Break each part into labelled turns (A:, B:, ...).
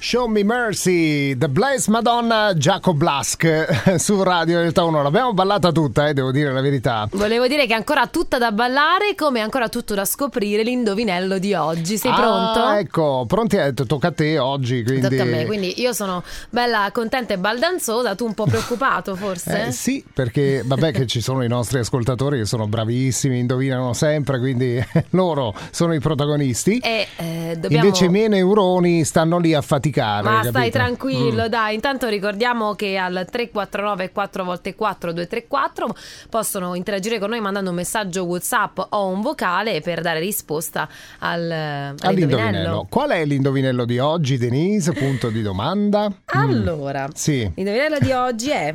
A: Show Me Mercy, The Blaze Madonna, Jacob Blask su Radio Delta 1. L'abbiamo ballata tutta, eh, devo dire la verità.
B: Volevo dire che è ancora tutta da ballare, come è ancora tutto da scoprire l'indovinello di oggi. Sei
A: Ah,
B: pronto?
A: Ecco, pronti? Eh, to- tocca a te oggi. Quindi...
B: Tocca a me, quindi io sono bella contenta e baldanzosa, tu un po' preoccupato forse?
A: Eh, sì, perché vabbè che ci sono i nostri ascoltatori che sono bravissimi, indovinano sempre, quindi loro sono i protagonisti.
B: E eh, dobbiamo...
A: Invece i miei neuroni stanno lì a faticare.
B: Ma stai
A: capito? Mm.
B: tranquillo, dai. Intanto ricordiamo che al 349 4x4 234 possono interagire con noi mandando un messaggio WhatsApp o un vocale per dare risposta al, all'indovinello.
A: All'indovinello. Qual è l'indovinello di oggi, Denise? Punto di domanda. Mm.
B: Allora,
A: Sì.
B: l'indovinello di oggi è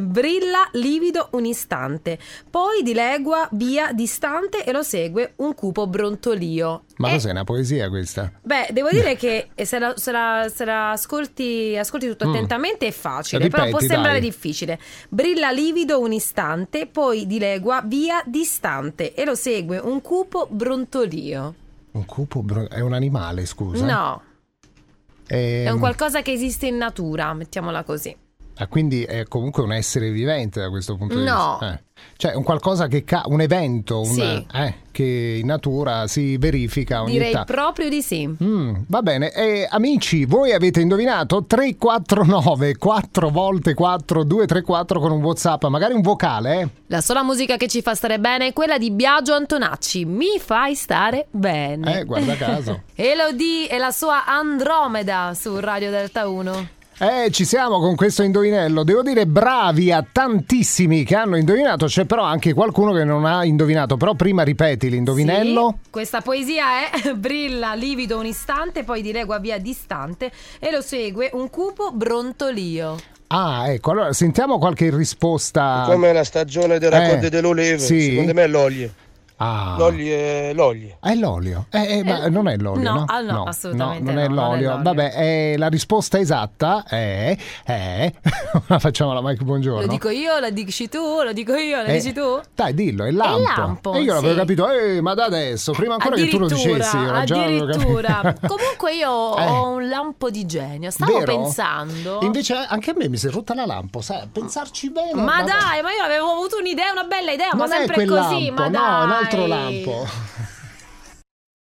B: brilla livido un istante, poi dilegua via distante e lo segue un cupo brontolio.
A: Ma
B: E-
A: cos'è una poesia questa?
B: Beh, devo dire che eh, se la, se la- se la ascolti, ascolti tutto
A: Mm.
B: attentamente è facile,
A: Ripeti,
B: però può sembrare
A: dai.
B: difficile. Brilla livido un istante, poi dilegua via distante e lo segue un cupo brontolio.
A: Un cupo bro- è un animale, scusa.
B: No,
A: Ehm,
B: è un qualcosa che esiste in natura, mettiamola così.
A: ah, quindi è comunque un essere vivente da questo punto di
B: No.
A: vista. Eh. Cioè, un qualcosa che ca- un evento un-
B: Sì.
A: eh, che in natura si verifica ogni
B: Direi
A: tanto.
B: proprio di sì.
A: Mm, va bene, e amici, voi avete indovinato 349 4 volte 4 234 con un WhatsApp, magari un vocale. eh?
B: La sola musica che ci fa stare bene è quella di Biagio Antonacci. Mi fai stare bene.
A: Eh, guarda caso.
B: Elodie e la sua Andromeda su Radio Delta 1.
A: Eh, ci siamo con questo indovinello. Devo dire bravi a tantissimi che hanno indovinato, c'è però anche qualcuno che non ha indovinato. Però prima ripeti l'indovinello.
B: Sì, questa poesia è brilla livido un istante, poi dilegua via distante e lo segue un cupo brontolio.
A: Ah, ecco, allora sentiamo qualche risposta.
C: Come la stagione dei raccolti
A: Eh,
C: dell'olive,
A: sì.
C: secondo me è l'oglie.
A: Ah.
C: L'oglie, l'oglie.
A: È l'olio, Eh, eh, ma
B: Eh,
A: non è l'olio, no?
B: no, ah, no, assolutamente
A: non è
B: no, non è
A: l'olio.
B: l'olio.
A: Vabbè, eh, la risposta esatta è... eh, è... Ora facciamola Mike, buongiorno.
B: Lo dico io, lo dici tu, lo dico io, lo
A: Eh,
B: dici tu?
A: Dai, dillo, è lampo.
B: lampo,
A: e io l'avevo
B: sì.
A: capito, eh, ma da adesso, prima ancora che tu lo dicessi, io
B: addirittura,
A: era già l'avevo
B: addirittura.
A: capito.
B: Comunque io
A: Eh.
B: ho un lampo di genio, stavo
A: Vero?
B: pensando...
A: Invece anche a me mi si è rotta la lampo, sai, pensarci bene.
B: Ma dai, ma io avevo avuto un'idea, una bella idea,
A: non
B: ma
A: è
B: sempre
A: quel
B: così,
A: lampo,
B: ma
A: no,
B: dai.
A: è un altro lampo.